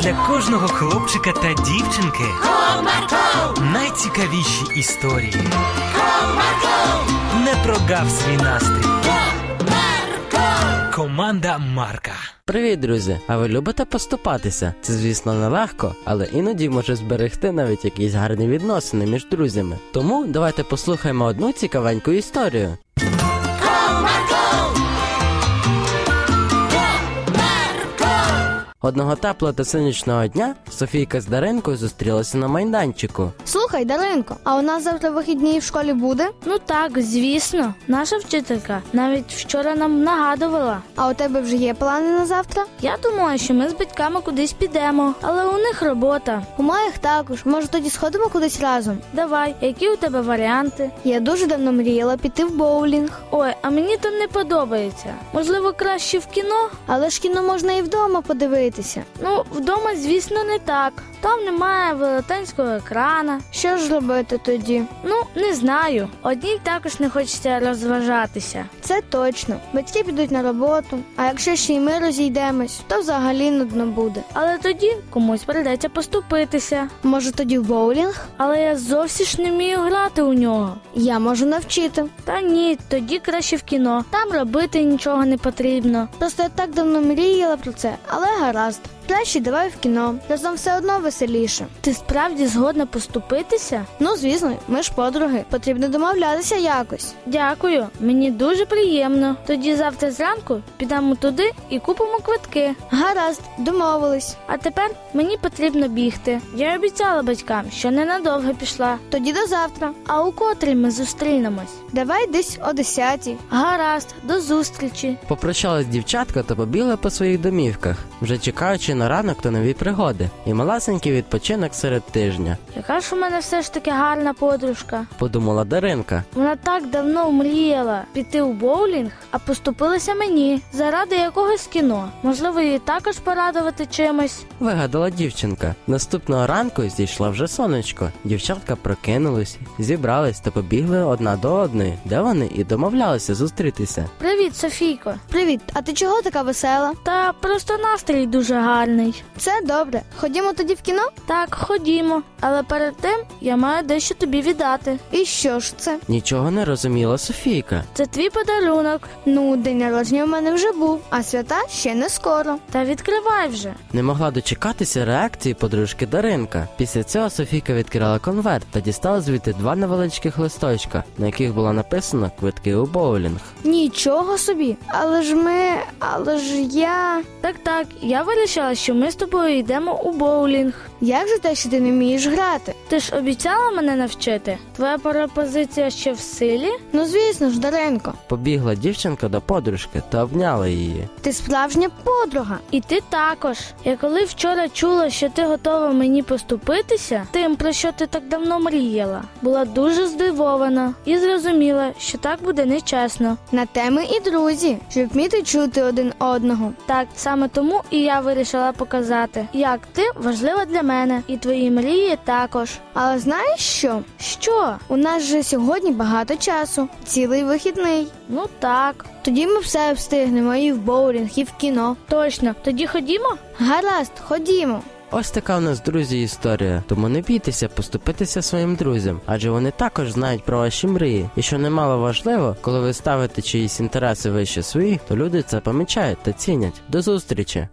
для кожного хлопчика та дівчинки Comarco, найцікавіші історії. Comarco, Не прогав свій настрій. Comarco. Команда Марка. Привіт, друзі! А ви любите поступатися? Це, звісно, нелегко, але іноді може зберегти навіть якісь гарні відносини між друзями. Тому давайте послухаємо одну цікавеньку історію. Одного теплого та сонячного дня Софійка з Даринкою зустрілася на майданчику. Слухай, Даринко, а у нас завтра вихідні в школі буде? Ну так, звісно, наша вчителька навіть вчора нам нагадувала. А у тебе вже є плани на завтра? Я думала, що ми з батьками кудись підемо, але у них робота. У моїх також. Може, тоді сходимо кудись разом? Давай, які у тебе варіанти? Я дуже давно мріяла піти в боулінг. Ой, а мені там не подобається. Можливо, краще в кіно? Але ж кіно можна і вдома подивитися. Ну, вдома, звісно, не так. Там немає велетенського екрана. Що ж робити тоді? Ну, не знаю. Одній також не хочеться розважатися. Це точно. Батьки підуть на роботу, а якщо ще й ми розійдемось, то взагалі нудно буде. Але тоді комусь прийдеться поступитися. Може, тоді в боулінг? Але я зовсім ж не вмію грати у нього. Я можу навчити. Та ні, тоді краще в кіно. Там робити нічого не потрібно. Просто я так давно мріяла про це, але гаразд. Краще давай в кіно. Разом все одно веселіше. Ти справді згодна поступитися? Ну, звісно, ми ж подруги. Потрібно домовлятися якось. Дякую, мені дуже приємно. Тоді завтра зранку підемо туди і купимо квитки. Гаразд, домовились. А тепер мені потрібно бігти. Я обіцяла батькам, що ненадовго пішла. Тоді до завтра. А у котрій ми зустрінемось? Давай десь о 10 Гаразд, до зустрічі. Попрощалась дівчатка та побігла по своїх домівках, вже чекаючи на ранок та нові пригоди, і маласенький відпочинок серед тижня. Яка ж у мене все ж таки гарна подружка? Подумала Даринка. Вона так давно мріяла піти у боулінг, а поступилася мені заради якогось кіно. Можливо, її також порадувати чимось. Вигадала дівчинка. Наступного ранку зійшла вже сонечко. Дівчатка прокинулись, зібрались та побігли одна до одної, де вони і домовлялися зустрітися. Привіт, Софійко. Привіт, а ти чого така весела? Та просто настрій дуже гарний. Це добре. Ходімо тоді в кіно? Так, ходімо. Але перед тим я маю дещо тобі віддати. І що ж це? Нічого не розуміла Софійка. Це твій подарунок. Ну, день народження в мене вже був, а свята ще не скоро. Та відкривай вже. Не могла дочекатися реакції подружки Даринка. Після цього Софійка відкрила конверт та дістала звідти два невеличких листочка, на яких було написано квитки у боулінг. Нічого собі. Але ж ми, але ж я. Так, так, я вирішила, що ми з тобою йдемо у боулінг. Як же те, що ти не вмієш грати? Ти ж обіцяла мене навчити? Твоя пропозиція ще в силі? Ну звісно ж, Даренко, Побігла дівчинка до подружки та обняла її. ти справжня подруга. І ти також. Я коли вчора чула, що ти готова мені поступитися, тим, про що ти так давно мріяла, була дуже здивована і зрозуміла, що так буде нечесно. На теми і друзі, щоб вміти чути один одного. Так саме тому і я вирішила показати, як ти важлива для мене, і твої мрії також. Але знаєш що? Що? У нас же сьогодні багато часу, цілий вихідний. Ну так, Тоді ми все встигнемо і в боулінг, і в кіно. точно. Тоді ходімо. Гаразд, ходімо. Ось така у нас, друзі, історія. Тому не бійтеся поступитися своїм друзям, адже вони також знають про ваші мрії. І що немало важливо, коли ви ставите чиїсь інтереси вище своїх, то люди це помічають та цінять. До зустрічі!